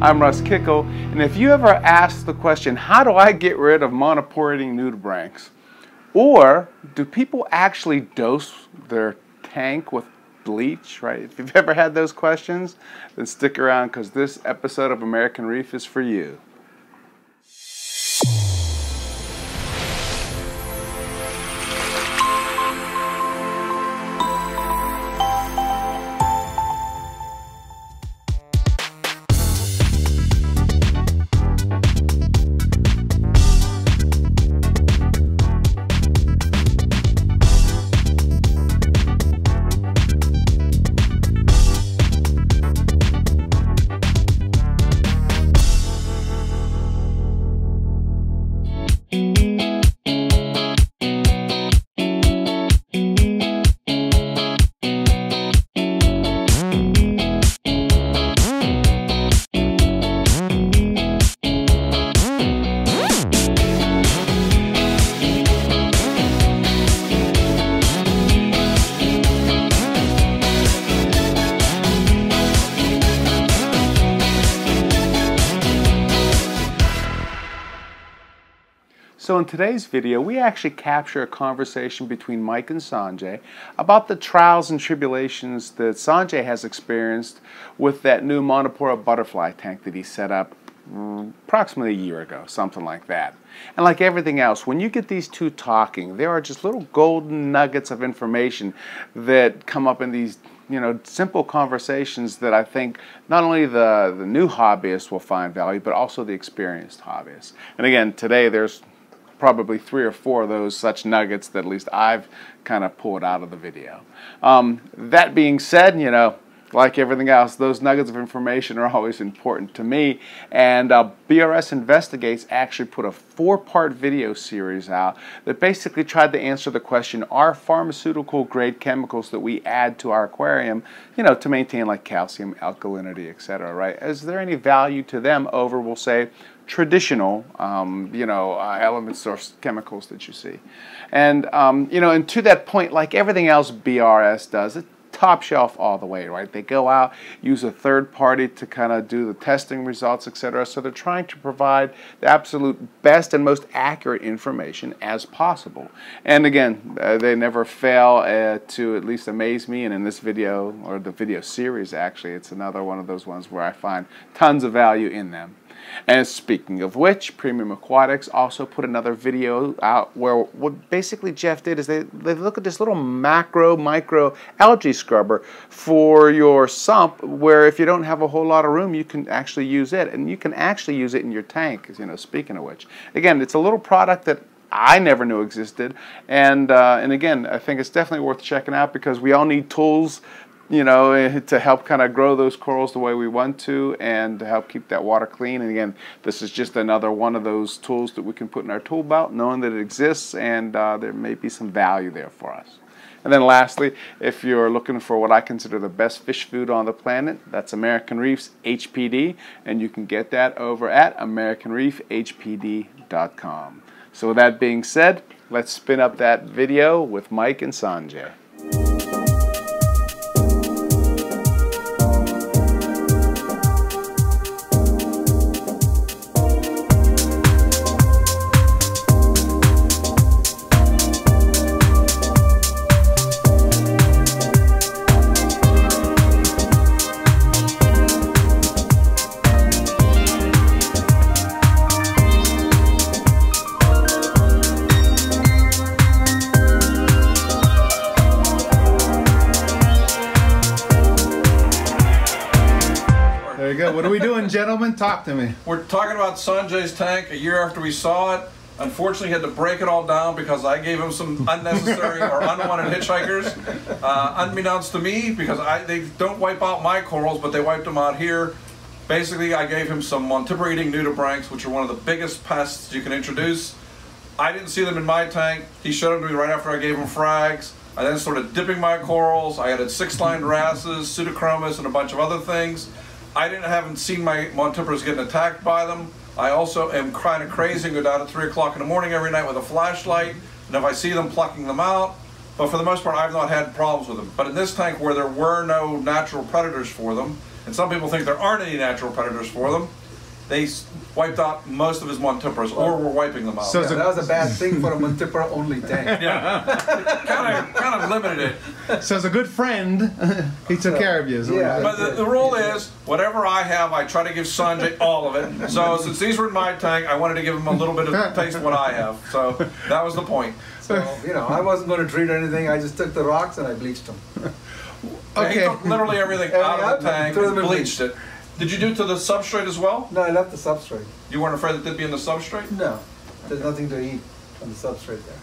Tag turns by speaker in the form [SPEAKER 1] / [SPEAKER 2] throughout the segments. [SPEAKER 1] I'm Russ Kicko, and if you ever ask the question, how do I get rid of monopyridine nudibranchs? Or do people actually dose their tank with bleach, right? If you've ever had those questions, then stick around because this episode of American Reef is for you. So in today's video, we actually capture a conversation between Mike and Sanjay about the trials and tribulations that Sanjay has experienced with that new Monopora butterfly tank that he set up mm, approximately a year ago, something like that. And like everything else, when you get these two talking, there are just little golden nuggets of information that come up in these you know simple conversations that I think not only the the new hobbyist will find value, but also the experienced hobbyist. And again, today there's probably three or four of those such nuggets that at least I've kind of pulled out of the video. Um, that being said, you know, like everything else, those nuggets of information are always important to me. And uh, BRS Investigates actually put a four part video series out that basically tried to answer the question are pharmaceutical grade chemicals that we add to our aquarium, you know, to maintain like calcium, alkalinity, etc., right? Is there any value to them over, we'll say, traditional, um, you know, uh, elements or s- chemicals that you see. And, um, you know, and to that point, like everything else BRS does, it top shelf all the way, right? They go out, use a third party to kind of do the testing results, et cetera. So they're trying to provide the absolute best and most accurate information as possible. And again, uh, they never fail uh, to at least amaze me. And in this video, or the video series actually, it's another one of those ones where I find tons of value in them. And speaking of which, Premium Aquatics also put another video out where what basically Jeff did is they, they look at this little macro micro algae scrubber for your sump where if you don't have a whole lot of room you can actually use it and you can actually use it in your tank, you know, speaking of which. Again, it's a little product that I never knew existed and uh, and again, I think it's definitely worth checking out because we all need tools you know, eh, to help kind of grow those corals the way we want to and to help keep that water clean. And again, this is just another one of those tools that we can put in our tool belt, knowing that it exists and uh, there may be some value there for us. And then lastly, if you're looking for what I consider the best fish food on the planet, that's American Reef's HPD, and you can get that over at AmericanReefHPD.com. So with that being said, let's spin up that video with Mike and Sanjay. There you go. What are we doing, gentlemen? Talk to me.
[SPEAKER 2] We're talking about Sanjay's tank a year after we saw it. Unfortunately, had to break it all down because I gave him some unnecessary or unwanted hitchhikers, uh, unbeknownst to me, because I, they don't wipe out my corals, but they wiped them out here. Basically, I gave him some montipora-eating nudibranchs, which are one of the biggest pests you can introduce. I didn't see them in my tank. He showed them to me right after I gave him frags. I then started dipping my corals. I added six-lined wrasses, pseudochromis, and a bunch of other things. I didn't haven't seen my Montemperas getting attacked by them. I also am kind of crazy and go down at three o'clock in the morning every night with a flashlight. And if I see them plucking them out, but for the most part, I've not had problems with them. But in this tank where there were no natural predators for them, and some people think there aren't any natural predators for them. They s- wiped out most of his Montipras, or were wiping them out.
[SPEAKER 3] So it's
[SPEAKER 4] Yeah,
[SPEAKER 3] a-
[SPEAKER 4] that was a bad thing for a Montipora only tank.
[SPEAKER 2] kind of kind of limited it.
[SPEAKER 3] So as a good friend, he took care of you. is what
[SPEAKER 4] Yeah.
[SPEAKER 3] you're saying.
[SPEAKER 2] But the, the rule is, whatever I have, I try to give Sanjay all of it. So since these were in my tank, I wanted to give him a little bit of taste of what I have. So that was the point.
[SPEAKER 4] So, you know, I wasn't going to treat anything. I just took the rocks and I bleached them.
[SPEAKER 2] And He
[SPEAKER 3] Okay.
[SPEAKER 2] took literally everything out of the
[SPEAKER 4] Yeah,
[SPEAKER 2] tank
[SPEAKER 4] threw
[SPEAKER 2] and
[SPEAKER 4] them in
[SPEAKER 2] bleached it. Did you do to the substrate as well?
[SPEAKER 4] No, I left the substrate.
[SPEAKER 2] You weren't afraid that they'd be in the substrate?
[SPEAKER 4] No, there's nothing to eat on the substrate there.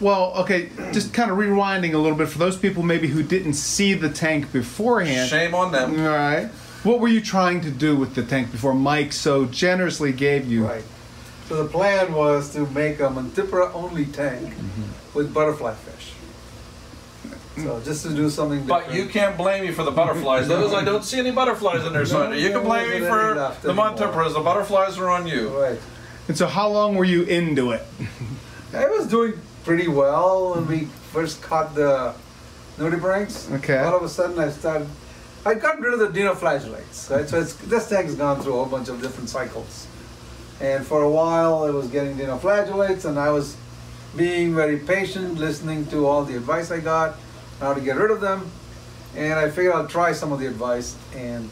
[SPEAKER 3] Well, okay, just kind of rewinding a little bit for those people maybe who didn't see the tank beforehand.
[SPEAKER 2] Shame on them.
[SPEAKER 3] All right. What were you trying to do with the tank before Mike so generously gave you?
[SPEAKER 4] Right. So the plan was to make a Montipora only tank with butterfly fish. So just to do something different.
[SPEAKER 2] But you can't blame me for the butterflies. That is, I don't see any butterflies in there, Sanjay. You can blame me
[SPEAKER 4] there
[SPEAKER 2] for
[SPEAKER 4] ain't left
[SPEAKER 2] the
[SPEAKER 4] anymore.
[SPEAKER 2] Montemperas. The butterflies are on you.
[SPEAKER 4] Right.
[SPEAKER 3] And so, how long were you into it?
[SPEAKER 4] I was doing pretty well when we first caught the nudibranchs.
[SPEAKER 3] Okay.
[SPEAKER 4] All of a sudden, I started. I got rid of the dinoflagellates. Right. So it's, this tank's gone through a whole bunch of different cycles, and for a while, I was getting dinoflagellates, and I was being very patient, listening to all the advice I got on how to get rid of them, and I figured I'll try some of the advice, and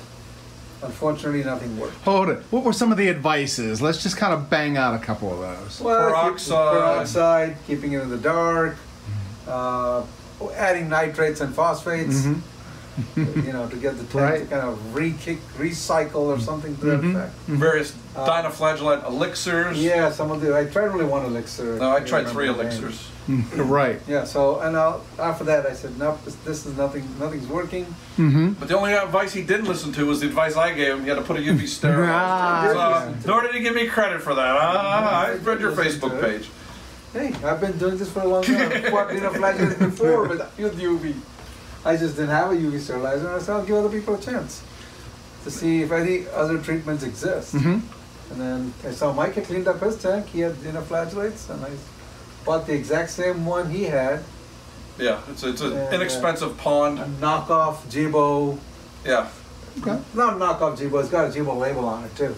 [SPEAKER 4] unfortunately, nothing worked.
[SPEAKER 3] Hold it. What were some of the advices? Let's just kind of bang out a couple of those.
[SPEAKER 4] Well, keep-
[SPEAKER 2] Peroxide.
[SPEAKER 4] peroxide, keeping it in the dark, uh, adding nitrates and phosphates,
[SPEAKER 2] Mm-hmm.
[SPEAKER 4] you know, to get the tank
[SPEAKER 3] Right.
[SPEAKER 4] to kind of re-kick, recycle or something to
[SPEAKER 2] Mm-hmm.
[SPEAKER 4] that effect.
[SPEAKER 2] Various
[SPEAKER 4] Uh,
[SPEAKER 2] dinoflagellate elixirs.
[SPEAKER 4] Yeah, some of the, I tried only one elixir.
[SPEAKER 2] No, I
[SPEAKER 4] can't
[SPEAKER 2] tried three
[SPEAKER 4] remember the name.
[SPEAKER 2] elixirs.
[SPEAKER 3] right.
[SPEAKER 4] Yeah, so, and i after that, I said, nope, this, this is nothing, nothing's working.
[SPEAKER 3] Mm-hmm.
[SPEAKER 2] But the only advice he didn't listen to was the advice I gave him. He had to put a UV steroid.
[SPEAKER 3] Ah.
[SPEAKER 2] on. So, nor did he give me credit for that. Ah, I read your Facebook page.
[SPEAKER 4] Hey, I've been doing this for a long time. I've fought dinoflagellates before with, with UV. I just didn't have a UV sterilizer, and I said, I'll give other people a chance to see if any other treatments exist.
[SPEAKER 2] Mm-hmm.
[SPEAKER 3] Mm-hmm.
[SPEAKER 4] And then I saw Mike had cleaned up his tank. He had dinoflagellates, and I bought the exact same one he had,
[SPEAKER 2] Yeah, it's it's an
[SPEAKER 4] Yeah, yeah.
[SPEAKER 2] inexpensive
[SPEAKER 4] a
[SPEAKER 2] pond.
[SPEAKER 4] knockoff Jibo.
[SPEAKER 2] Yeah,
[SPEAKER 3] Okay.
[SPEAKER 4] Not knockoff Jibo, it's got a Jibo label on it too.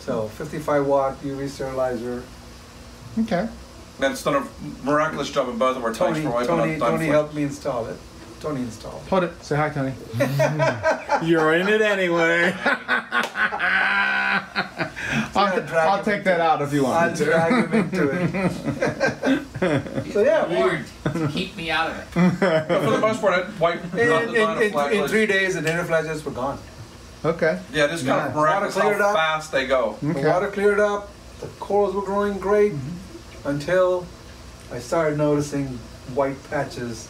[SPEAKER 4] So 55 watt UV sterilizer.
[SPEAKER 3] Okay.
[SPEAKER 2] that's done a miraculous job in both of our tanks
[SPEAKER 4] Tony,
[SPEAKER 2] for wiping
[SPEAKER 4] Tony,
[SPEAKER 2] out
[SPEAKER 4] Tony
[SPEAKER 2] dinoflagellate.
[SPEAKER 4] helped me install it. Tony installed it.
[SPEAKER 3] Hold it. Say hi, Tony. You're in it anyway. I'll,
[SPEAKER 4] drag
[SPEAKER 3] I'll
[SPEAKER 4] him
[SPEAKER 3] take that out if you want
[SPEAKER 4] I'll
[SPEAKER 3] me to.
[SPEAKER 4] drag him into it. So, yeah, we-
[SPEAKER 5] warned. Keep me out of it.
[SPEAKER 2] But for the most part, it wiped out the
[SPEAKER 4] In, in, in, in three
[SPEAKER 2] dinoflagellate.
[SPEAKER 4] days, the dinoflagellates were gone.
[SPEAKER 3] Okay.
[SPEAKER 2] Yeah, it is kind of
[SPEAKER 4] Yeah.
[SPEAKER 2] miraculous how
[SPEAKER 4] Cleared up.
[SPEAKER 2] fast they go.
[SPEAKER 3] Okay.
[SPEAKER 4] The water cleared up, the corals were growing great,
[SPEAKER 3] Mm-hmm.
[SPEAKER 4] until I started noticing white patches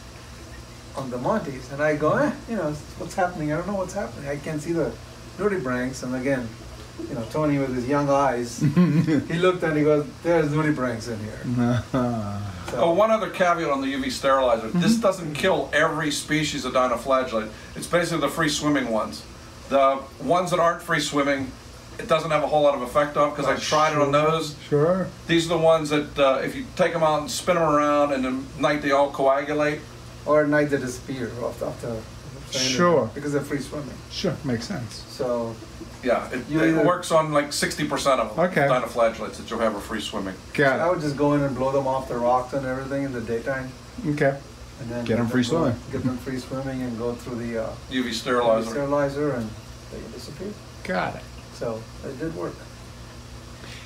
[SPEAKER 4] on the montes, and I go, eh, you know, what's happening? I don't know what's happening. I can't see the nudibranchs, and again, you know, Tony with his young eyes, he looked and he goes, "There's nudibranchs in here."
[SPEAKER 2] Oh, one other caveat on the UV sterilizer. This doesn't kill every species of dinoflagellate. It's basically the free swimming ones. The ones that aren't free swimming, it doesn't have a whole lot of effect on because I tried it on those.
[SPEAKER 3] Sure.
[SPEAKER 2] These are the ones that uh, if you take them out and spin them around and then night they all coagulate.
[SPEAKER 4] Or at night they disappear off, off the
[SPEAKER 3] Sure.
[SPEAKER 4] because they're free swimming.
[SPEAKER 3] Sure. Makes sense.
[SPEAKER 4] So
[SPEAKER 2] Yeah, it,
[SPEAKER 4] You
[SPEAKER 2] it
[SPEAKER 4] either-
[SPEAKER 2] works on like 60% of them,
[SPEAKER 3] Okay.
[SPEAKER 2] dinoflagellates that you'll have are free swimming.
[SPEAKER 4] I
[SPEAKER 3] Got
[SPEAKER 4] would just go in and blow them off the rocks and everything in the daytime.
[SPEAKER 3] it. Okay.
[SPEAKER 4] And then
[SPEAKER 3] Get 'em free swimming.
[SPEAKER 4] Get them free swimming and go through the uh,
[SPEAKER 2] UV sterilizer.
[SPEAKER 4] sterilizer and they disappear.
[SPEAKER 3] Got it.
[SPEAKER 4] So it did work.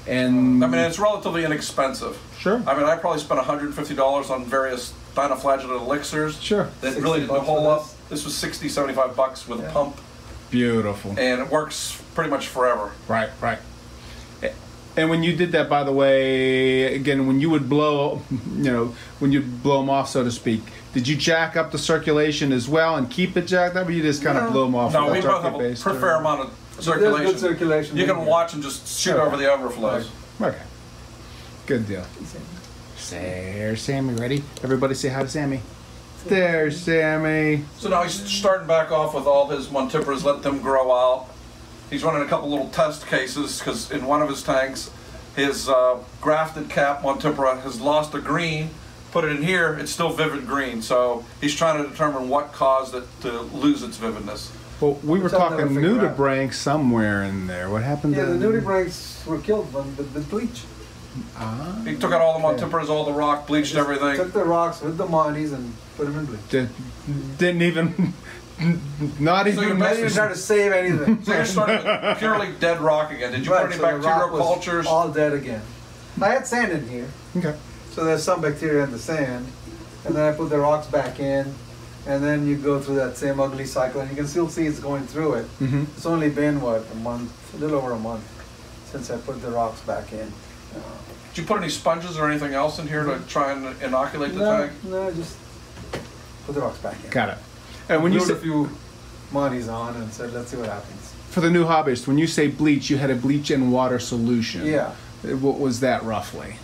[SPEAKER 3] And
[SPEAKER 2] I mean, it's relatively inexpensive.
[SPEAKER 3] sure.
[SPEAKER 2] I mean, I probably spent $150 on various dinoflagellate elixirs.
[SPEAKER 3] Sure.
[SPEAKER 2] that
[SPEAKER 4] 60
[SPEAKER 2] really did the
[SPEAKER 4] bucks
[SPEAKER 2] whole
[SPEAKER 4] for
[SPEAKER 2] up.
[SPEAKER 4] this?
[SPEAKER 2] This was 60, 75 bucks with a
[SPEAKER 4] Yeah.
[SPEAKER 2] pump,
[SPEAKER 3] Beautiful.
[SPEAKER 2] and it works pretty much forever.
[SPEAKER 3] Right, right. And when you did that, by the way, again, when you would blow, you know, when you blow them off, so to speak, did you jack up the circulation as well and keep it jacked up, or you just kind of blow them off?
[SPEAKER 2] No,
[SPEAKER 3] with
[SPEAKER 2] we
[SPEAKER 3] a
[SPEAKER 2] both have a
[SPEAKER 3] turkey-based
[SPEAKER 2] pretty
[SPEAKER 3] or-
[SPEAKER 2] fair amount of circulation.
[SPEAKER 4] There's good circulation.
[SPEAKER 2] You
[SPEAKER 4] in
[SPEAKER 2] can
[SPEAKER 4] here.
[SPEAKER 2] watch and just shoot
[SPEAKER 3] Sure.
[SPEAKER 2] over the overflows.
[SPEAKER 3] Okay, good deal. There's Sammy. Ready? Everybody, say hi to Sammy. There's Sammy.
[SPEAKER 2] So now he's starting back off with all his Montiperas, let them grow out. He's running a couple little test cases because in one of his tanks, his uh, grafted cap Montipera has lost a green. Put it in here, it's still vivid green. So he's trying to determine what caused it to lose its vividness.
[SPEAKER 3] Well, we were
[SPEAKER 4] Which I'll
[SPEAKER 3] talking
[SPEAKER 4] never figure out.
[SPEAKER 3] nudibranch somewhere in there. What happened
[SPEAKER 4] Yeah,
[SPEAKER 3] to
[SPEAKER 4] the nudibranchs were killed when the, the bleach
[SPEAKER 2] He took out all the Montemperas, all the rock, bleached
[SPEAKER 4] took
[SPEAKER 2] everything.
[SPEAKER 4] the rocks with the Montes and put them in bleach.
[SPEAKER 3] Did, didn't even, not
[SPEAKER 2] you're
[SPEAKER 3] even.
[SPEAKER 4] I didn't even try to save anything.
[SPEAKER 2] So you're starting with purely dead rock again. Did you
[SPEAKER 4] Right,
[SPEAKER 2] put any
[SPEAKER 4] so the rock
[SPEAKER 2] bacterial
[SPEAKER 4] was
[SPEAKER 2] cultures?
[SPEAKER 4] All dead again. I had sand in here,
[SPEAKER 3] Okay.
[SPEAKER 4] so there's some bacteria in the sand, and then I put the rocks back in, and then you go through that same ugly cycle, and you can still see it's going through it.
[SPEAKER 3] Mhm.
[SPEAKER 4] It's only been what a month, a little over a month, since I put the rocks back in.
[SPEAKER 2] Did you put any sponges or anything else in here to try and inoculate the
[SPEAKER 4] No,
[SPEAKER 2] tank?
[SPEAKER 4] no, just put the rocks back in.
[SPEAKER 3] Got it. And when you
[SPEAKER 4] Glued
[SPEAKER 3] say,
[SPEAKER 4] a few Monties on and said, let's see what happens.
[SPEAKER 3] for the new hobbyist, when you say bleach, you had a bleach and water solution.
[SPEAKER 4] Yeah.
[SPEAKER 3] Uh, What was that roughly?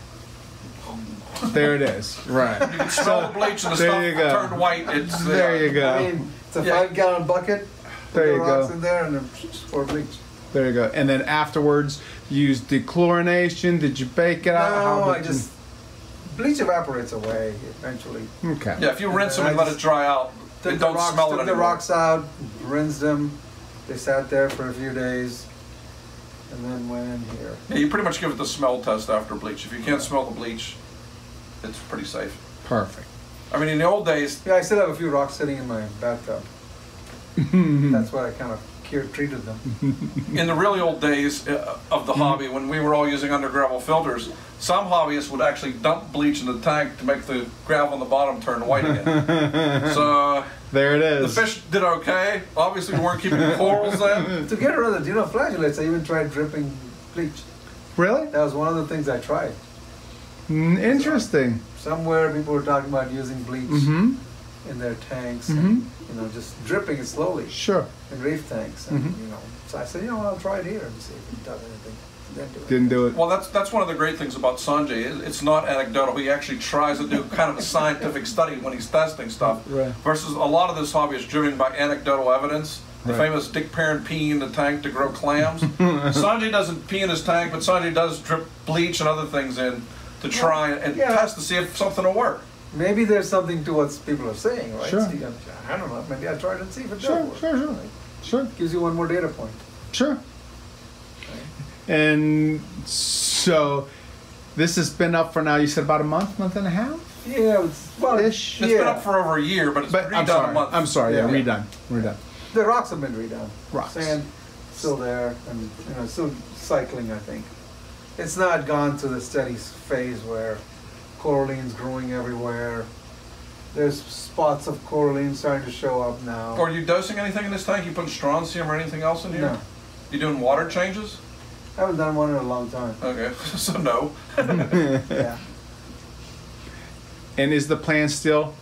[SPEAKER 3] There it is. Right.
[SPEAKER 2] Smell the bleach and the
[SPEAKER 3] there
[SPEAKER 2] stuff
[SPEAKER 3] you go.
[SPEAKER 2] turned white. It's uh,
[SPEAKER 3] There you
[SPEAKER 4] I
[SPEAKER 3] go.
[SPEAKER 4] mean, it's a
[SPEAKER 2] Yeah.
[SPEAKER 4] five gallon bucket.
[SPEAKER 3] There
[SPEAKER 4] put
[SPEAKER 3] you
[SPEAKER 4] the rocks
[SPEAKER 3] go.
[SPEAKER 4] in there and then pour bleach.
[SPEAKER 3] There you go. And then afterwards, you used dechlorination. Did you bake it out?
[SPEAKER 4] No,
[SPEAKER 3] How
[SPEAKER 4] I
[SPEAKER 3] did-
[SPEAKER 4] just bleach evaporates away eventually.
[SPEAKER 3] Okay.
[SPEAKER 2] Yeah, if you
[SPEAKER 4] And
[SPEAKER 2] rinse them
[SPEAKER 4] then
[SPEAKER 2] and
[SPEAKER 4] I
[SPEAKER 2] let it dry out,
[SPEAKER 4] Took
[SPEAKER 2] it
[SPEAKER 4] the
[SPEAKER 2] don't
[SPEAKER 4] rocks,
[SPEAKER 2] smell it
[SPEAKER 4] took
[SPEAKER 2] anymore.
[SPEAKER 4] the rocks out, rinsed them. They sat there for a few days, and then went in here.
[SPEAKER 2] Yeah, you pretty much give it the smell test after bleach. If you can't smell the bleach, it's pretty safe.
[SPEAKER 3] Perfect.
[SPEAKER 2] I mean, in the old days,
[SPEAKER 4] Yeah, I still have a few rocks sitting in my bathtub. That's what I kind of cured, treated them.
[SPEAKER 2] in the really old days uh, of
[SPEAKER 3] Mm-hmm.
[SPEAKER 2] the hobby, when we were all using under gravel filters, some hobbyists would actually dump bleach in the tank to make the gravel on the bottom turn white again. so
[SPEAKER 3] There it
[SPEAKER 2] the
[SPEAKER 3] is.
[SPEAKER 2] fish did okay. Obviously, we weren't keeping corals then.
[SPEAKER 4] to get rid of the dinoflagellates, I even tried dripping bleach.
[SPEAKER 3] Really?
[SPEAKER 4] That was one of the things I tried.
[SPEAKER 3] Mm, Interesting.
[SPEAKER 4] Somewhere people were talking about using bleach
[SPEAKER 3] Mm-hmm.
[SPEAKER 4] in their tanks,
[SPEAKER 3] Mhm.
[SPEAKER 4] and,
[SPEAKER 2] Mm-hmm.
[SPEAKER 4] you know, just dripping it slowly.
[SPEAKER 3] Sure.
[SPEAKER 4] and reef tanks, and
[SPEAKER 2] Mm-hmm.
[SPEAKER 4] you know. So I said, you know, what, I'll try it here and see if it does anything. Then do it.
[SPEAKER 3] Didn't do it.
[SPEAKER 2] Well, that's that's one of the great things about Sanjay. It- It's not anecdotal. He actually tries to do kind of a scientific study when he's testing stuff.
[SPEAKER 3] Right.
[SPEAKER 2] Versus a lot of this hobby is driven by anecdotal evidence. The
[SPEAKER 3] Right.
[SPEAKER 2] famous Dick Perrin peeing in the tank to grow clams. Sanjay doesn't pee in his tank, but Sanjay does drip bleach and other things in to try and
[SPEAKER 4] Yeah.
[SPEAKER 2] test to see if something will work.
[SPEAKER 4] Maybe there's something to what people are saying, right?
[SPEAKER 3] Sure.
[SPEAKER 4] So you got- I don't know. Maybe I'll try it and see if it
[SPEAKER 3] Sure,
[SPEAKER 4] does work.
[SPEAKER 3] sure, sure. Sure,
[SPEAKER 4] Gives you one more data point.
[SPEAKER 3] sure. And so this has been up for now, you said about a month, month and a half?
[SPEAKER 4] Yeah, it's, well,
[SPEAKER 3] Ish.
[SPEAKER 4] Yeah.
[SPEAKER 2] It's been up for over a year, but it's
[SPEAKER 3] But
[SPEAKER 2] redone
[SPEAKER 3] I'm
[SPEAKER 2] a
[SPEAKER 3] sorry.
[SPEAKER 2] month.
[SPEAKER 3] I'm sorry, yeah,
[SPEAKER 4] Yeah.
[SPEAKER 3] redone. Redone.
[SPEAKER 4] the rocks have been redone.
[SPEAKER 3] Rocks.
[SPEAKER 4] Sand still there, and you know, still cycling. I think it's not gone to the steady s- phase where coralline's growing everywhere. There's spots of coralline starting to show up now.
[SPEAKER 2] Are you dosing anything in this tank? You putting strontium or anything else in here?
[SPEAKER 4] No.
[SPEAKER 2] You doing water changes?
[SPEAKER 4] I haven't done one in a long time.
[SPEAKER 2] Okay, so no.
[SPEAKER 4] Yeah.
[SPEAKER 3] And is the plan still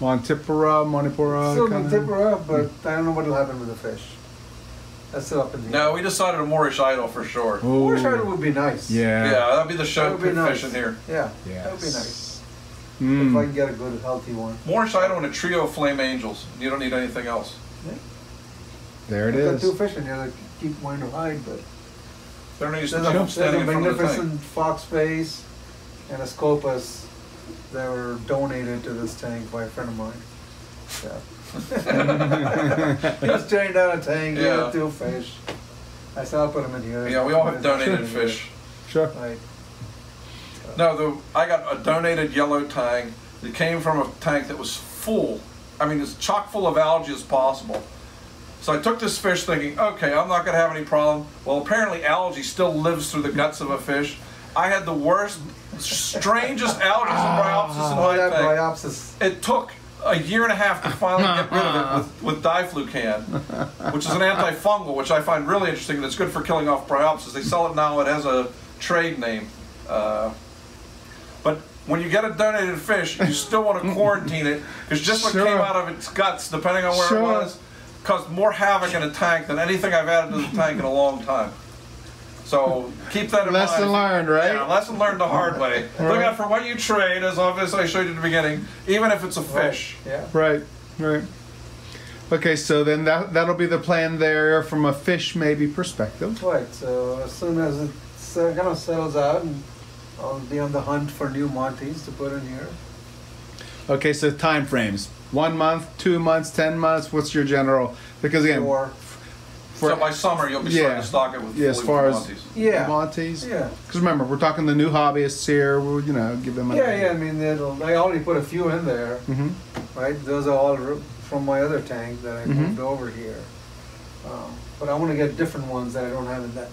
[SPEAKER 3] Montipora, Montipora?
[SPEAKER 4] Still
[SPEAKER 3] kinda?
[SPEAKER 4] gonna tip her up, but I don't know what'll happen with the fish. That's still up in the
[SPEAKER 2] No, we decided a Moorish idol for sure.
[SPEAKER 3] Ooh,
[SPEAKER 4] Or shard would be nice.
[SPEAKER 3] Yeah.
[SPEAKER 2] Yeah, that'd be the
[SPEAKER 4] That
[SPEAKER 2] show
[SPEAKER 4] would be
[SPEAKER 2] pit
[SPEAKER 4] nice.
[SPEAKER 2] fish in here. Hmm.
[SPEAKER 4] Yeah.
[SPEAKER 3] Yes.
[SPEAKER 4] That would be nice.
[SPEAKER 3] Mm.
[SPEAKER 4] If I can get a good healthy one.
[SPEAKER 2] Moorish idol and a trio of flame angels. You don't need anything else.
[SPEAKER 3] There it
[SPEAKER 4] I've got two
[SPEAKER 3] is.
[SPEAKER 4] fish in here that keep wanting to hide, but
[SPEAKER 2] They're not used
[SPEAKER 4] there's
[SPEAKER 2] to
[SPEAKER 4] a,
[SPEAKER 2] them
[SPEAKER 4] there's
[SPEAKER 2] standing
[SPEAKER 4] a
[SPEAKER 2] in front of the tank.
[SPEAKER 4] magnificent fox face and a scopus that were donated to this tank by a friend of mine. So he was tearing down a tank, he
[SPEAKER 2] Yeah.
[SPEAKER 4] had two fish. I said I'll put them in here.
[SPEAKER 2] Yeah, we all have donated
[SPEAKER 4] Sure.
[SPEAKER 2] fish.
[SPEAKER 3] Sure.
[SPEAKER 4] Like,
[SPEAKER 2] No, the, I got a donated yellow tang that came from a tank that was full. I mean, as chock full of algae as possible. So I took this fish thinking, okay, I'm not going to have any problem. Well, apparently algae still lives through the guts of a fish. I had the worst, strangest algae bryopsis in
[SPEAKER 4] all
[SPEAKER 2] my
[SPEAKER 4] Ah, that
[SPEAKER 2] tank.
[SPEAKER 4] bryopsis
[SPEAKER 2] It took a year and a half to finally get rid of it with, with Diflucan, which is an antifungal, which I find really interesting. and It's good for killing off bryopsis. They sell it now. It has a trade name. Uh, but when you get a donated fish, you still want to quarantine it because just what came
[SPEAKER 3] Sure.
[SPEAKER 2] out of its guts, depending on where
[SPEAKER 3] Sure.
[SPEAKER 2] it was, caused more havoc in a tank than anything I've added to the tank in a long time. So keep that in
[SPEAKER 3] Lesson
[SPEAKER 2] mind.
[SPEAKER 3] learned, right?
[SPEAKER 2] Yeah, lesson learned the hard way. Look out for what you trade, as obviously I showed you at the beginning, even if it's a fish.
[SPEAKER 4] Yeah.
[SPEAKER 3] Right, right. Okay, so then that, that'll be the plan there from a fish maybe perspective.
[SPEAKER 4] Right. So as soon as it uh, kind of settles out, and I'll be on the hunt for new Montes to put in here.
[SPEAKER 3] Okay, so time frames: one month, two months, ten months. What's your general? Because again,
[SPEAKER 4] or
[SPEAKER 3] for,
[SPEAKER 2] So by summer, you'll be
[SPEAKER 3] Yeah.
[SPEAKER 2] starting to stock it with
[SPEAKER 3] yeah, as
[SPEAKER 2] fully
[SPEAKER 3] far as
[SPEAKER 2] Montes.
[SPEAKER 4] Yeah.
[SPEAKER 3] Montes,
[SPEAKER 4] Yeah.
[SPEAKER 3] Because remember, we're talking the new hobbyists here. We'll you know give them. an
[SPEAKER 4] Yeah,
[SPEAKER 3] idea.
[SPEAKER 4] yeah. I mean, it'll, I already put a few in there,
[SPEAKER 2] Hmm.
[SPEAKER 3] Mhm.
[SPEAKER 4] right? Those are all r- from my other tank that I
[SPEAKER 2] Mm-hmm.
[SPEAKER 3] Mhm.
[SPEAKER 4] moved over here. Um, but I want to get different ones that I don't have in that. tank.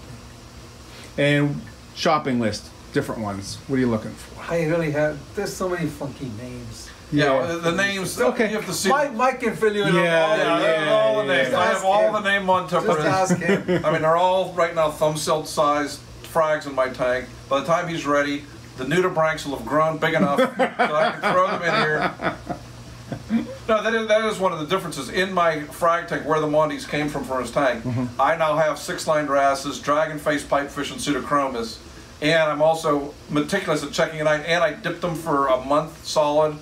[SPEAKER 3] And shopping list, different ones. What are you looking for?
[SPEAKER 4] I really have. There's so many funky names.
[SPEAKER 2] Yeah, well, the names.
[SPEAKER 3] Okay.
[SPEAKER 2] You have to see.
[SPEAKER 4] Mike, Mike can fill you in
[SPEAKER 3] Yeah,
[SPEAKER 4] on all,
[SPEAKER 2] Yeah,
[SPEAKER 4] the-
[SPEAKER 2] yeah, all the
[SPEAKER 3] yeah,
[SPEAKER 2] names.
[SPEAKER 4] Oh, yeah.
[SPEAKER 2] I have all the
[SPEAKER 4] Ask
[SPEAKER 2] name on
[SPEAKER 4] Just ask
[SPEAKER 2] Tupper's.
[SPEAKER 4] him.
[SPEAKER 2] I mean, they're all right now thumb silt sized frags in my tank. By the time he's ready, the nudibranchs will have grown big enough so I can throw them in here. No, that is, that is one of the differences in my frag tank where the Montes came from for his tank. I now have six lined wrasses, dragon face pipefish, and pseudochromis. And I'm also meticulous at checking it out. And I dipped them for a month solid,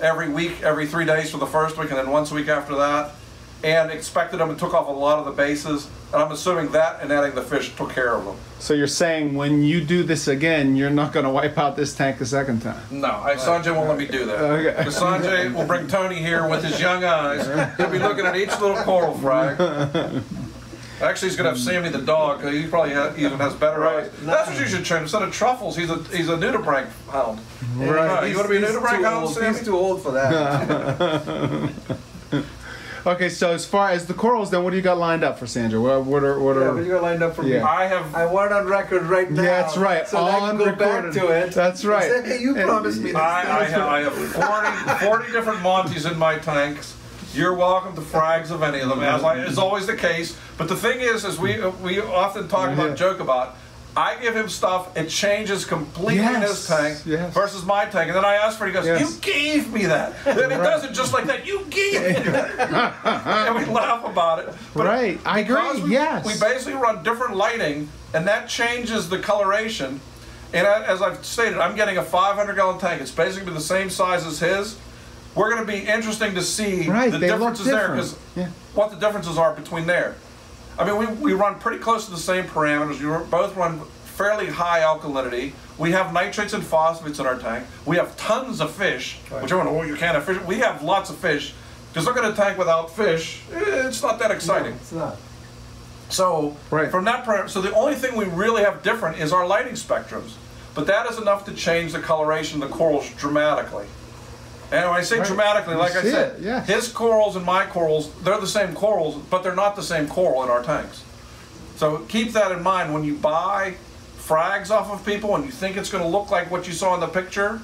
[SPEAKER 2] every week, every three days for the first week, and then once a week after that. And expected them and took off a lot of the bases. And I'm assuming that and adding the fish took care of them.
[SPEAKER 3] So you're saying when you do this again, you're not going to wipe out this tank a second time?
[SPEAKER 2] No, I, Sanjay won't let me do that.
[SPEAKER 3] Okay.
[SPEAKER 2] 'Cause Sanjay will bring Tony here with his young eyes. He'll be looking at each little coral frag. Actually, he's gonna have Sammy the dog. 'cause He probably ha- even has better eyes. That's what you should train. Instead of truffles, he's a he's a nudibranch hound. Right. You want to be a
[SPEAKER 4] He's
[SPEAKER 2] nudibranch
[SPEAKER 4] too
[SPEAKER 2] hound,
[SPEAKER 4] old- He's
[SPEAKER 2] Sammy?
[SPEAKER 4] too old for that.
[SPEAKER 3] Okay, so as far as the corals, then what do you got lined up for Sandra? What, what are what
[SPEAKER 4] yeah,
[SPEAKER 3] are?
[SPEAKER 4] but you're lined up for me.
[SPEAKER 3] Yeah.
[SPEAKER 2] I have
[SPEAKER 4] I want on record right now.
[SPEAKER 3] Yeah, that's right.
[SPEAKER 4] So that I
[SPEAKER 3] On
[SPEAKER 4] can go
[SPEAKER 3] recorded.
[SPEAKER 4] back to it.
[SPEAKER 3] That's right.
[SPEAKER 4] and say, hey, you
[SPEAKER 3] And-
[SPEAKER 4] promised me this.
[SPEAKER 2] I, I have, I have 40, 40 different Montes in my tanks. You're welcome to frags of any of them, as I,
[SPEAKER 3] Mm-hmm.
[SPEAKER 2] is always the case. But the thing is, is we we often talk about, joke about. I give him stuff; it changes completely in his
[SPEAKER 3] Yes,
[SPEAKER 2] tank
[SPEAKER 3] yes.
[SPEAKER 2] versus my tank, and then I ask for it. He goes,
[SPEAKER 3] Yes.
[SPEAKER 2] "You gave me that." Then he does it just like that. You gave me that, and we laugh about it. But
[SPEAKER 3] Right, I
[SPEAKER 2] because
[SPEAKER 3] agree.
[SPEAKER 2] We,
[SPEAKER 3] yes.
[SPEAKER 2] we basically run different lighting, and that changes the coloration. And I, as I've stated, I'm getting a 500 gallon tank. It's basically the same size as his. We're going to be interesting to see
[SPEAKER 3] Right,
[SPEAKER 2] the
[SPEAKER 3] they look
[SPEAKER 2] differences there
[SPEAKER 3] different.
[SPEAKER 2] because
[SPEAKER 3] Yeah.
[SPEAKER 2] what the differences are between there. I mean, we, we run pretty close to the same parameters. You both run fairly high alkalinity. We have nitrates and phosphates in our tank. We have tons of fish, which everyone, oh, you can't have fish. We have lots of fish. Because look at a tank without fish, eh, it's not that exciting.
[SPEAKER 4] It's not.
[SPEAKER 2] So
[SPEAKER 3] Right.
[SPEAKER 2] from that parameter, so the only thing we really have different is our lighting spectrums, but that is enough to change the coloration of the corals dramatically. And when I say dramatically, like I
[SPEAKER 3] see
[SPEAKER 2] said,
[SPEAKER 3] it, yes.
[SPEAKER 2] his corals and my corals, they're the same corals, but they're not the same coral in our tanks. So keep that in mind when you buy frags off of people and you think it's going to look like what you saw in the picture.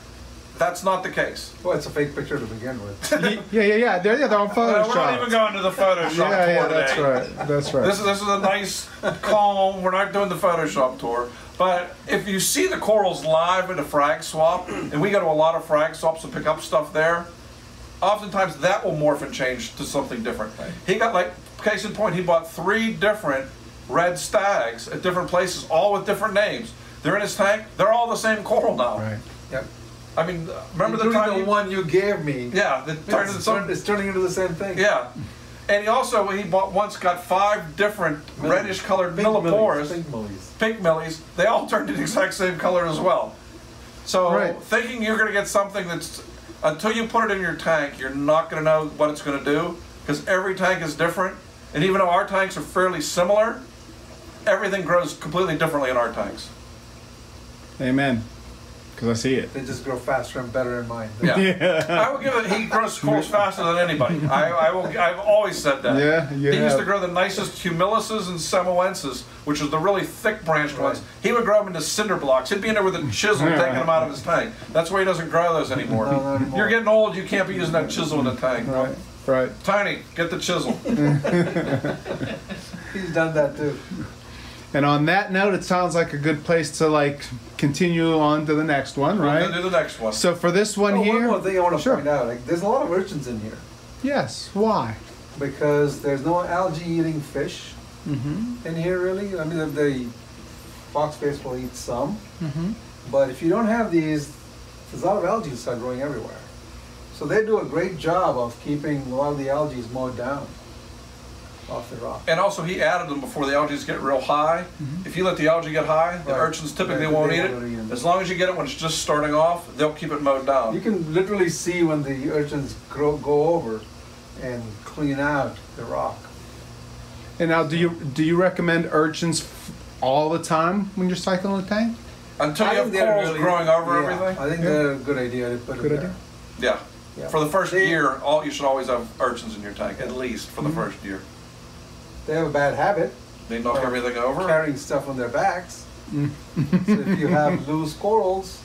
[SPEAKER 2] That's not the case.
[SPEAKER 4] Well, it's a fake picture to begin with.
[SPEAKER 3] yeah, yeah, yeah. They're, yeah, they're on
[SPEAKER 2] Uh,
[SPEAKER 3] Photoshop.
[SPEAKER 2] we're not even going to the Photoshop
[SPEAKER 3] yeah, yeah,
[SPEAKER 2] tour today.
[SPEAKER 3] that's right. That's right.
[SPEAKER 2] This is this is a nice calm. We're not doing the Photoshop tour, but if you see the corals live at a frag swap, and we go to a lot of frag swaps to pick up stuff there, oftentimes that will morph and change to something different. He got like case in point, he bought three different red stags at different places, all with different names. They're in his tank. They're all the same coral now.
[SPEAKER 3] right.
[SPEAKER 4] Yep.
[SPEAKER 2] I mean, remember the
[SPEAKER 4] Including
[SPEAKER 2] time you-
[SPEAKER 4] the one you gave me.
[SPEAKER 2] Yeah, the turn
[SPEAKER 4] It's, turn, it's turning into the same thing.
[SPEAKER 2] yeah. And he also he bought, once got five different reddish colored
[SPEAKER 4] Big millies,
[SPEAKER 2] milliporus,
[SPEAKER 4] Big millies.
[SPEAKER 2] pink millies. They all turned the exact same color as well. So
[SPEAKER 3] Right.
[SPEAKER 2] thinking you're going to get something that's until you put it in your tank, you're not going to know what it's going to do because every tank is different. And even though our tanks are fairly similar, everything grows completely differently in our tanks.
[SPEAKER 3] Amen. Because I see it.
[SPEAKER 4] They just grow faster and better in mine.
[SPEAKER 2] Yeah. I will give it. He grows corals faster than anybody. I, I will. I've always said that.
[SPEAKER 3] Yeah, you
[SPEAKER 2] He used
[SPEAKER 3] have.
[SPEAKER 2] to grow the nicest humilises and semoenses, which is the really thick branched ones. He would grow them into cinder blocks. He'd be in there with a chisel taking them out of his tank. That's why he doesn't grow those anymore.
[SPEAKER 4] No, not anymore.
[SPEAKER 2] You're getting old. You can't be using that chisel in the tank.
[SPEAKER 3] Right. Right.
[SPEAKER 2] Tiny, get the chisel.
[SPEAKER 4] He's done that too.
[SPEAKER 3] And on that note, it sounds like a good place to like continue on to the next one,
[SPEAKER 2] Then
[SPEAKER 3] right?
[SPEAKER 2] do the next one.
[SPEAKER 3] So for this one
[SPEAKER 4] Oh,
[SPEAKER 3] here,
[SPEAKER 4] one more thing I want to
[SPEAKER 3] Sure.
[SPEAKER 4] point out. Like, there's a lot of urchins in here
[SPEAKER 3] yes. Why?
[SPEAKER 4] because there's no algae eating fish in here, really. I mean, if the fox face will eat some, but if you don't have these, there's a lot of algae that start growing everywhere. So they do a great job of keeping a lot of the algae mowed down. off the rock.
[SPEAKER 2] And also, he added them before the algae get real high. If you let the algae get high, the
[SPEAKER 4] Mm-hmm. Right.
[SPEAKER 2] urchins typically
[SPEAKER 4] Right,
[SPEAKER 2] won't
[SPEAKER 4] they
[SPEAKER 2] eat
[SPEAKER 4] won't eat
[SPEAKER 2] it.
[SPEAKER 4] 'em.
[SPEAKER 2] As long as you get it when it's just starting off, they'll keep it mowed
[SPEAKER 4] You
[SPEAKER 2] down.
[SPEAKER 4] can literally see when the urchins grow, go over and clean out the rock.
[SPEAKER 3] And now, do you do you recommend urchins f- all the time when you're cycling the tank?
[SPEAKER 2] Until you
[SPEAKER 4] I
[SPEAKER 2] have
[SPEAKER 4] think they're
[SPEAKER 2] corals
[SPEAKER 4] really-
[SPEAKER 2] growing over
[SPEAKER 4] yeah,
[SPEAKER 2] everything.
[SPEAKER 4] I think
[SPEAKER 3] Yeah.
[SPEAKER 4] they're a good idea to put
[SPEAKER 3] Good
[SPEAKER 4] them
[SPEAKER 3] idea.
[SPEAKER 2] Yeah.
[SPEAKER 4] there. Yeah.
[SPEAKER 2] For the first
[SPEAKER 4] They- Hmm?
[SPEAKER 2] year, all you should always have urchins in your tank, at least for the first year.
[SPEAKER 4] They have a bad habit
[SPEAKER 2] They knock
[SPEAKER 4] Right.
[SPEAKER 2] everything over.
[SPEAKER 4] carrying stuff on their backs. so if you have loose corals,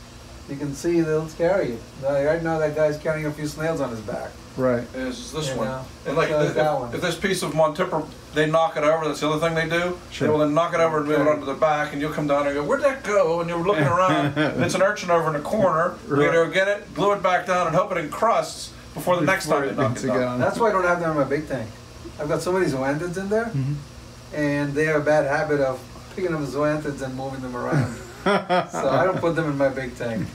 [SPEAKER 4] you can see they'll carry it. Now, right now, that guy's carrying a few snails on his back.
[SPEAKER 3] Right.
[SPEAKER 2] Is this
[SPEAKER 4] You
[SPEAKER 2] one?
[SPEAKER 4] know,
[SPEAKER 2] and like
[SPEAKER 4] so is
[SPEAKER 2] if,
[SPEAKER 4] that one.
[SPEAKER 2] if this piece of Montipper, they knock it over. That's the other thing they do.
[SPEAKER 3] Sure.
[SPEAKER 2] They will then knock it over and move it
[SPEAKER 4] Okay.
[SPEAKER 2] onto the back, and you'll come down and go, "Where'd that go?" And you're looking around. and it's an urchin over in a corner.
[SPEAKER 3] Right.
[SPEAKER 2] You're gonna get it, glue it back down, and hope it encrusts before the next
[SPEAKER 3] Before
[SPEAKER 2] time
[SPEAKER 3] it
[SPEAKER 2] they knock
[SPEAKER 3] needs
[SPEAKER 2] it
[SPEAKER 3] to
[SPEAKER 2] down.
[SPEAKER 3] get on it.
[SPEAKER 4] That's why I don't have them in my big tank. I've got so many zoanthids in there,
[SPEAKER 3] Mm-hmm.
[SPEAKER 4] and they have a bad habit of picking up zoanthids and moving them around. so I don't put them in my big tank.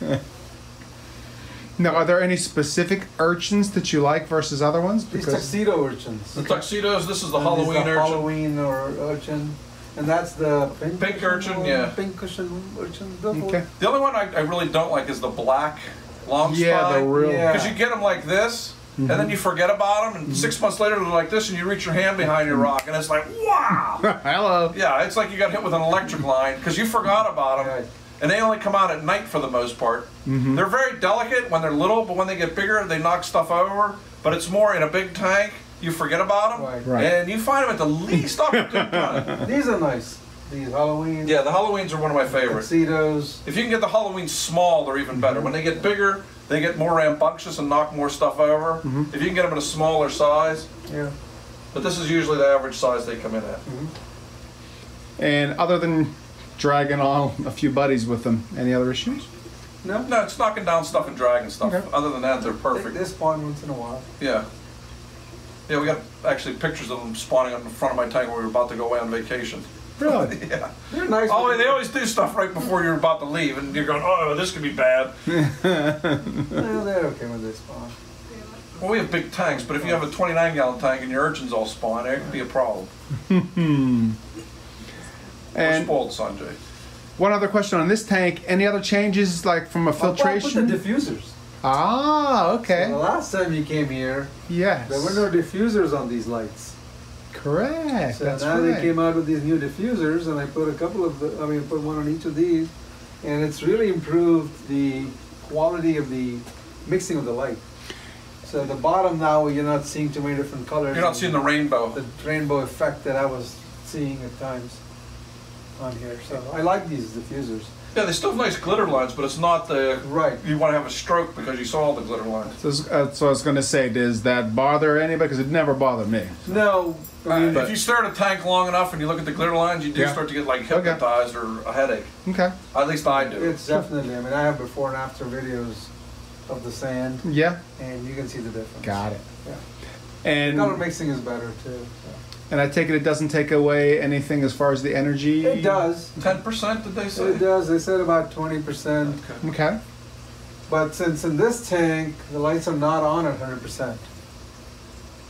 [SPEAKER 3] Now, are there any specific urchins that you like versus other ones?
[SPEAKER 4] These tuxedo urchins.
[SPEAKER 2] The tuxedos. This is the
[SPEAKER 4] And these
[SPEAKER 2] Halloween
[SPEAKER 4] are
[SPEAKER 2] urchin.
[SPEAKER 4] Halloween or urchin. And that's the pink,
[SPEAKER 2] Pink urchin,
[SPEAKER 4] one,
[SPEAKER 2] yeah.
[SPEAKER 4] Pink cushion urchin. the whole-
[SPEAKER 3] Okay.
[SPEAKER 2] The only one I, I really don't like is the black long
[SPEAKER 3] Yeah, the real.
[SPEAKER 4] Yeah.
[SPEAKER 2] Because you get them like this, and then you forget about them, and six months later they're like this, and you reach your hand behind your rock, and it's like, wow.
[SPEAKER 3] Hello.
[SPEAKER 2] Yeah, it's like you got hit with an electric line because you forgot about them,
[SPEAKER 4] Right.
[SPEAKER 2] and they only come out at night for the most part. They're very delicate when they're little, but when they get bigger, they knock stuff over. But it's more in a big tank. You forget about them,
[SPEAKER 4] Right.
[SPEAKER 3] Right.
[SPEAKER 2] and you find them at the least opportune time.
[SPEAKER 4] These are nice. These Halloween
[SPEAKER 2] Yeah, the Halloweens are one of my favorites.
[SPEAKER 4] tuxedos.
[SPEAKER 2] If you can get the Halloween small, they're even better. When they get bigger, they get more rambunctious and knock more stuff over.
[SPEAKER 3] Mm-hmm.
[SPEAKER 2] If you can get them in a smaller size,
[SPEAKER 4] Yeah.
[SPEAKER 2] but this is usually the average size they come in at.
[SPEAKER 3] Mm-hmm. And other than dragging on a few buddies with them, any other issues?
[SPEAKER 4] No.
[SPEAKER 2] No, it's knocking down stuff and dragging stuff.
[SPEAKER 3] Okay.
[SPEAKER 2] Other than that, they're
[SPEAKER 4] Take
[SPEAKER 2] perfect.
[SPEAKER 4] this spawn once in a while.
[SPEAKER 2] Yeah. Yeah, we got actually pictures of them spawning up in front of my tank when we were about to go away on vacation.
[SPEAKER 3] Really?
[SPEAKER 2] Yeah.
[SPEAKER 4] They're nice.
[SPEAKER 2] Oh, they always do stuff right before you're about to leave, and you're going, oh, this could be bad.
[SPEAKER 4] Yeah, eh, they're okay when they spawn.
[SPEAKER 2] Well, we have big tanks, but if you have a 29 gallon tank and your urchins all spawn, that could be a problem. We're
[SPEAKER 3] And
[SPEAKER 2] spoiled, Sanjay.
[SPEAKER 3] one other question on this tank: any other changes, like from a
[SPEAKER 4] Well, I
[SPEAKER 3] filtration?
[SPEAKER 4] put the diffusers.
[SPEAKER 3] Ah, okay.
[SPEAKER 4] The last time you came here,
[SPEAKER 3] Yes.
[SPEAKER 4] there were no diffusers on these lights.
[SPEAKER 3] Correct.
[SPEAKER 4] So
[SPEAKER 3] Eh, That's
[SPEAKER 4] now
[SPEAKER 3] right.
[SPEAKER 4] they came out with these new diffusers, and I put a couple of the, I mean, I put one on each of these, and it's really improved the quality of the mixing of the light. So at the bottom now, you're not seeing too many different colors.
[SPEAKER 2] You're not seeing the rainbow.
[SPEAKER 4] the rainbow effect that I was seeing at times on here. So I like these diffusers.
[SPEAKER 2] Yeah, they still have nice glitter lines, but it's not the.
[SPEAKER 4] Right.
[SPEAKER 2] You want to have a stroke because you saw all the glitter lines.
[SPEAKER 3] So, uh, so I was going to say, does that bother anybody? Because it never bothered me.
[SPEAKER 4] No, I mean,
[SPEAKER 2] if you stare at a tank long enough and you look at the glitter lines, you do
[SPEAKER 3] Yeah.
[SPEAKER 2] start to get like
[SPEAKER 3] Okay.
[SPEAKER 2] hypnotized or a headache.
[SPEAKER 3] Okay.
[SPEAKER 2] At least I do.
[SPEAKER 4] it's definitely. I mean, I have before and after videos of the sand,
[SPEAKER 3] Yeah.
[SPEAKER 4] and you can see the difference.
[SPEAKER 3] Got it.
[SPEAKER 4] Yeah.
[SPEAKER 3] And
[SPEAKER 4] Color mixing is better too.
[SPEAKER 3] and I take it it doesn't take away anything as far as the energy.
[SPEAKER 4] so. It does.
[SPEAKER 2] Ten percent, did they say?
[SPEAKER 4] It does. They said about twenty percent,
[SPEAKER 2] Okay.
[SPEAKER 3] Okay.
[SPEAKER 4] but since in this tank the lights are not on at hundred percent,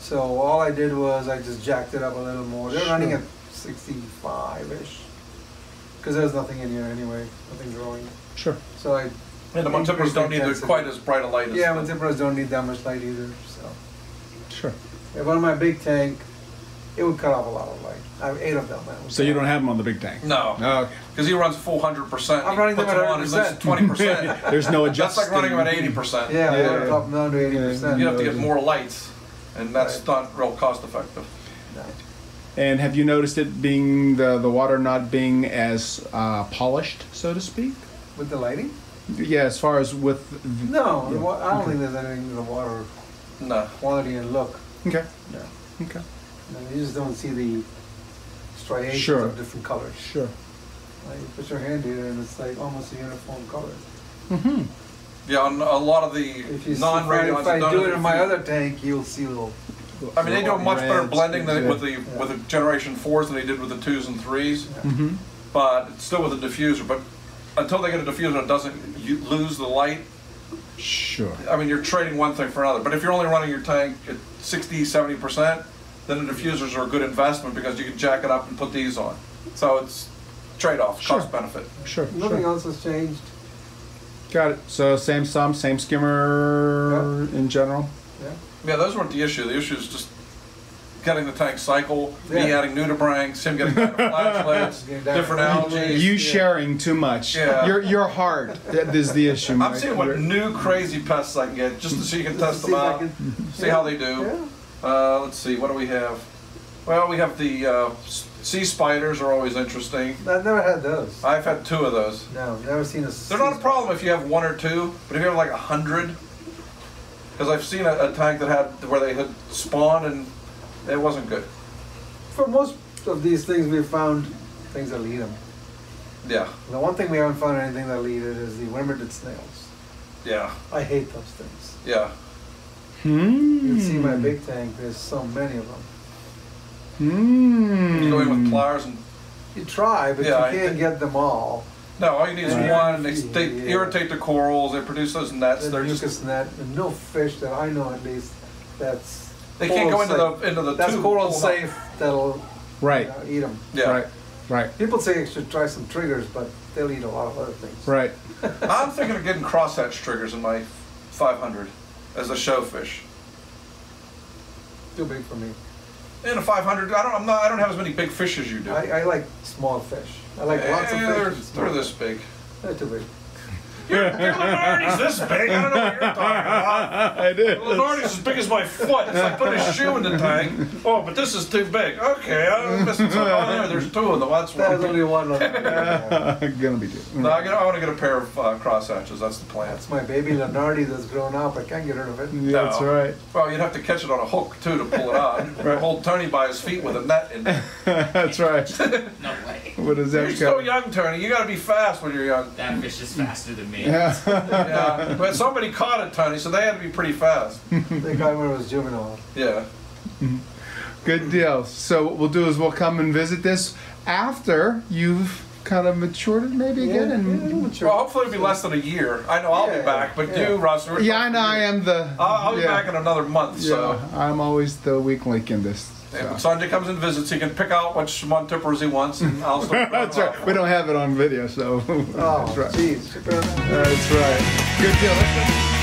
[SPEAKER 4] so all I did was I just jacked it up a little more. They're running
[SPEAKER 3] Sure.
[SPEAKER 4] at sixty-five ish, because there's nothing in here anyway, nothing growing.
[SPEAKER 3] Sure.
[SPEAKER 4] So I
[SPEAKER 2] And the Montiperas don't need the
[SPEAKER 4] Intensity.
[SPEAKER 2] quite as bright a light as.
[SPEAKER 4] yeah,
[SPEAKER 2] the-
[SPEAKER 4] Montiperas don't need that much light either. So
[SPEAKER 3] Sure.
[SPEAKER 4] if on my big tank, it would cut off a lot of light. I have eight of them. man.
[SPEAKER 3] So you don't have them on the big tank. Oh,
[SPEAKER 2] No,
[SPEAKER 3] Okay.
[SPEAKER 2] because he runs full hundred percent.
[SPEAKER 4] I'm running them at
[SPEAKER 2] Twenty percent.
[SPEAKER 3] There's no
[SPEAKER 2] That's
[SPEAKER 3] adjustment.
[SPEAKER 2] like running about eighty percent.
[SPEAKER 4] Yeah,
[SPEAKER 3] Yeah,
[SPEAKER 4] I would
[SPEAKER 3] yeah.
[SPEAKER 4] drop them down to eighty percent.
[SPEAKER 2] You have to get more lights, and that's not real cost effective.
[SPEAKER 3] And have you noticed it being the the water not being as uh, polished, so to speak?
[SPEAKER 4] with the lighting.
[SPEAKER 3] Yeah, as far as with. the-
[SPEAKER 4] No,
[SPEAKER 3] Yeah,
[SPEAKER 4] the wa- I don't think there's anything to the water
[SPEAKER 2] No.
[SPEAKER 4] quality and look.
[SPEAKER 3] Okay.
[SPEAKER 4] No.
[SPEAKER 3] Okay.
[SPEAKER 4] No, You just don't see the striations
[SPEAKER 3] Sure.
[SPEAKER 4] of different colors.
[SPEAKER 3] Sure.
[SPEAKER 4] Like you put your hand here and it's like almost a uniform color.
[SPEAKER 2] Yeah, on a lot of the
[SPEAKER 4] If you
[SPEAKER 2] non-radio
[SPEAKER 4] if I, if I do it in my other tank, you'll see little.
[SPEAKER 2] I mean, they do a much better
[SPEAKER 3] Reds,
[SPEAKER 2] blending than
[SPEAKER 3] yeah.
[SPEAKER 2] with the with the generation fours than they did with the twos and 3s But it's still with a diffuser. But until they get a diffuser that doesn't you lose the light,
[SPEAKER 3] Sure.
[SPEAKER 2] I mean, you're trading one thing for another. But if you're only running your tank at 60, 70 percent, then the diffusers are a good investment because you can jack it up and put these on. So it's trade-off,
[SPEAKER 3] Sure.
[SPEAKER 2] cost benefit.
[SPEAKER 3] Sure.
[SPEAKER 4] Nothing
[SPEAKER 3] sure.
[SPEAKER 4] else has changed.
[SPEAKER 3] Got it. So same sum, same skimmer in general.
[SPEAKER 4] Yeah.
[SPEAKER 2] Yeah, those weren't the issue. The issue is just getting the tank cycle, me
[SPEAKER 4] Yeah.
[SPEAKER 2] adding nudibranchs, him getting better flashlights,
[SPEAKER 4] Getting better
[SPEAKER 2] different
[SPEAKER 4] flashlights.
[SPEAKER 2] algae.
[SPEAKER 3] You sharing too much.
[SPEAKER 2] Yeah.
[SPEAKER 3] You're you're hard. That is the issue.
[SPEAKER 2] I'm
[SPEAKER 3] Mike.
[SPEAKER 2] seeing what
[SPEAKER 3] You're-
[SPEAKER 2] new crazy pests I can get, just so you can
[SPEAKER 4] Just
[SPEAKER 2] test
[SPEAKER 4] to
[SPEAKER 2] them
[SPEAKER 4] see if I
[SPEAKER 2] out,
[SPEAKER 4] can-
[SPEAKER 2] see how they do. Uh, let's see, what do we have? Well, we have the uh, s- sea spiders are always interesting.
[SPEAKER 4] Yeah. I've never had those.
[SPEAKER 2] I've had two of those.
[SPEAKER 4] No, never seen a.
[SPEAKER 2] They're not a problem if you have one or two, but if you have like a hundred, because I've seen a, a tank that had where they had spawned and it wasn't good.
[SPEAKER 4] For most of these things, we found things that lead them.
[SPEAKER 2] Yeah,
[SPEAKER 4] The one thing we haven't found anything that lead it is the wormited snails.
[SPEAKER 2] yeah,
[SPEAKER 4] I hate those things.
[SPEAKER 2] yeah.
[SPEAKER 3] Hmm.
[SPEAKER 4] You can see my big tank. There's so many of them.
[SPEAKER 3] Hmm.
[SPEAKER 2] You go in with pliers and
[SPEAKER 4] You try, but
[SPEAKER 2] Yeah, I
[SPEAKER 4] you can't
[SPEAKER 2] think-
[SPEAKER 4] get them all.
[SPEAKER 2] no, all you need is
[SPEAKER 4] Yeah.
[SPEAKER 2] one. They, they irritate the corals. They produce those nets.
[SPEAKER 4] The
[SPEAKER 2] They're just
[SPEAKER 4] mucus net, and no fish that I know at least. That's
[SPEAKER 2] they can't go into
[SPEAKER 4] coral
[SPEAKER 2] the into the
[SPEAKER 4] safe. that's
[SPEAKER 2] tube.
[SPEAKER 4] coral
[SPEAKER 2] Pull them up.
[SPEAKER 4] safe. That'll you
[SPEAKER 3] Right.
[SPEAKER 4] know, eat them.
[SPEAKER 2] Yeah.
[SPEAKER 3] Right. Right.
[SPEAKER 4] People say you should try some triggers, but they'll eat a lot of other things.
[SPEAKER 3] Right.
[SPEAKER 2] I'm thinking of getting crosshatch triggers in my 500 as a showfish.
[SPEAKER 4] Too big for me.
[SPEAKER 2] In a 500, I don't. I'm not. I don't have as many big fish as you do.
[SPEAKER 4] I, I like small fish. I like lots of
[SPEAKER 2] Eh,
[SPEAKER 4] fish.
[SPEAKER 2] they're-
[SPEAKER 4] and small
[SPEAKER 2] They're this
[SPEAKER 4] fish.
[SPEAKER 2] big.
[SPEAKER 4] They're too big.
[SPEAKER 2] Your Lunardi's this big. I don't know what you're talking about.
[SPEAKER 3] I did.
[SPEAKER 2] Lunardi's as big as my foot. It's like putting a shoe in the tank. Oh, but this is too big. Okay, I'm missing something. Oh, there, there's two of them. That's
[SPEAKER 4] There's
[SPEAKER 2] one.
[SPEAKER 4] only one of them.
[SPEAKER 3] Gonna be
[SPEAKER 2] No, I,
[SPEAKER 3] good.
[SPEAKER 2] get, I want to get a pair of uh, crosshatches. That's the plan.
[SPEAKER 4] That's my baby Lenardi that's grown up. I can't get rid of it.
[SPEAKER 3] That's
[SPEAKER 2] No.
[SPEAKER 3] right.
[SPEAKER 2] Well, you'd have to catch it on a hook too to pull it on.
[SPEAKER 3] Right.
[SPEAKER 2] Hold Tony by his feet with a net in there.
[SPEAKER 3] That's right.
[SPEAKER 5] No way.
[SPEAKER 3] What does
[SPEAKER 2] You're
[SPEAKER 3] that
[SPEAKER 2] so
[SPEAKER 3] got?
[SPEAKER 2] young, Tony. You got to be fast when you're young.
[SPEAKER 5] That fish is faster than me.
[SPEAKER 3] Yeah.
[SPEAKER 2] Yeah, but somebody caught it, Tony, so they had to be pretty fast.
[SPEAKER 4] The guy when it was juvenile.
[SPEAKER 2] Yeah.
[SPEAKER 3] Good deal. So what we'll do is we'll come and visit this after you've kind of matured it Oh. maybe again
[SPEAKER 4] it'll
[SPEAKER 3] and
[SPEAKER 4] mature.
[SPEAKER 2] Well, hopefully it'll be less than a year. I know I'll
[SPEAKER 4] Yeah,
[SPEAKER 2] be back, but
[SPEAKER 4] yeah.
[SPEAKER 2] you, Russ, we're-
[SPEAKER 3] yeah, I know I am the.
[SPEAKER 2] I'll, I'll be
[SPEAKER 3] yeah,
[SPEAKER 2] back in another month. So
[SPEAKER 3] yeah, I'm always the weak link in this.
[SPEAKER 2] if
[SPEAKER 3] so.
[SPEAKER 2] Sanjay comes and visits, he can pick out which Montippers he wants, and I'll start.
[SPEAKER 3] That's right. We don't have it on video, so
[SPEAKER 4] Oh,
[SPEAKER 3] that's right.
[SPEAKER 4] jeez.
[SPEAKER 3] That's right. Good deal.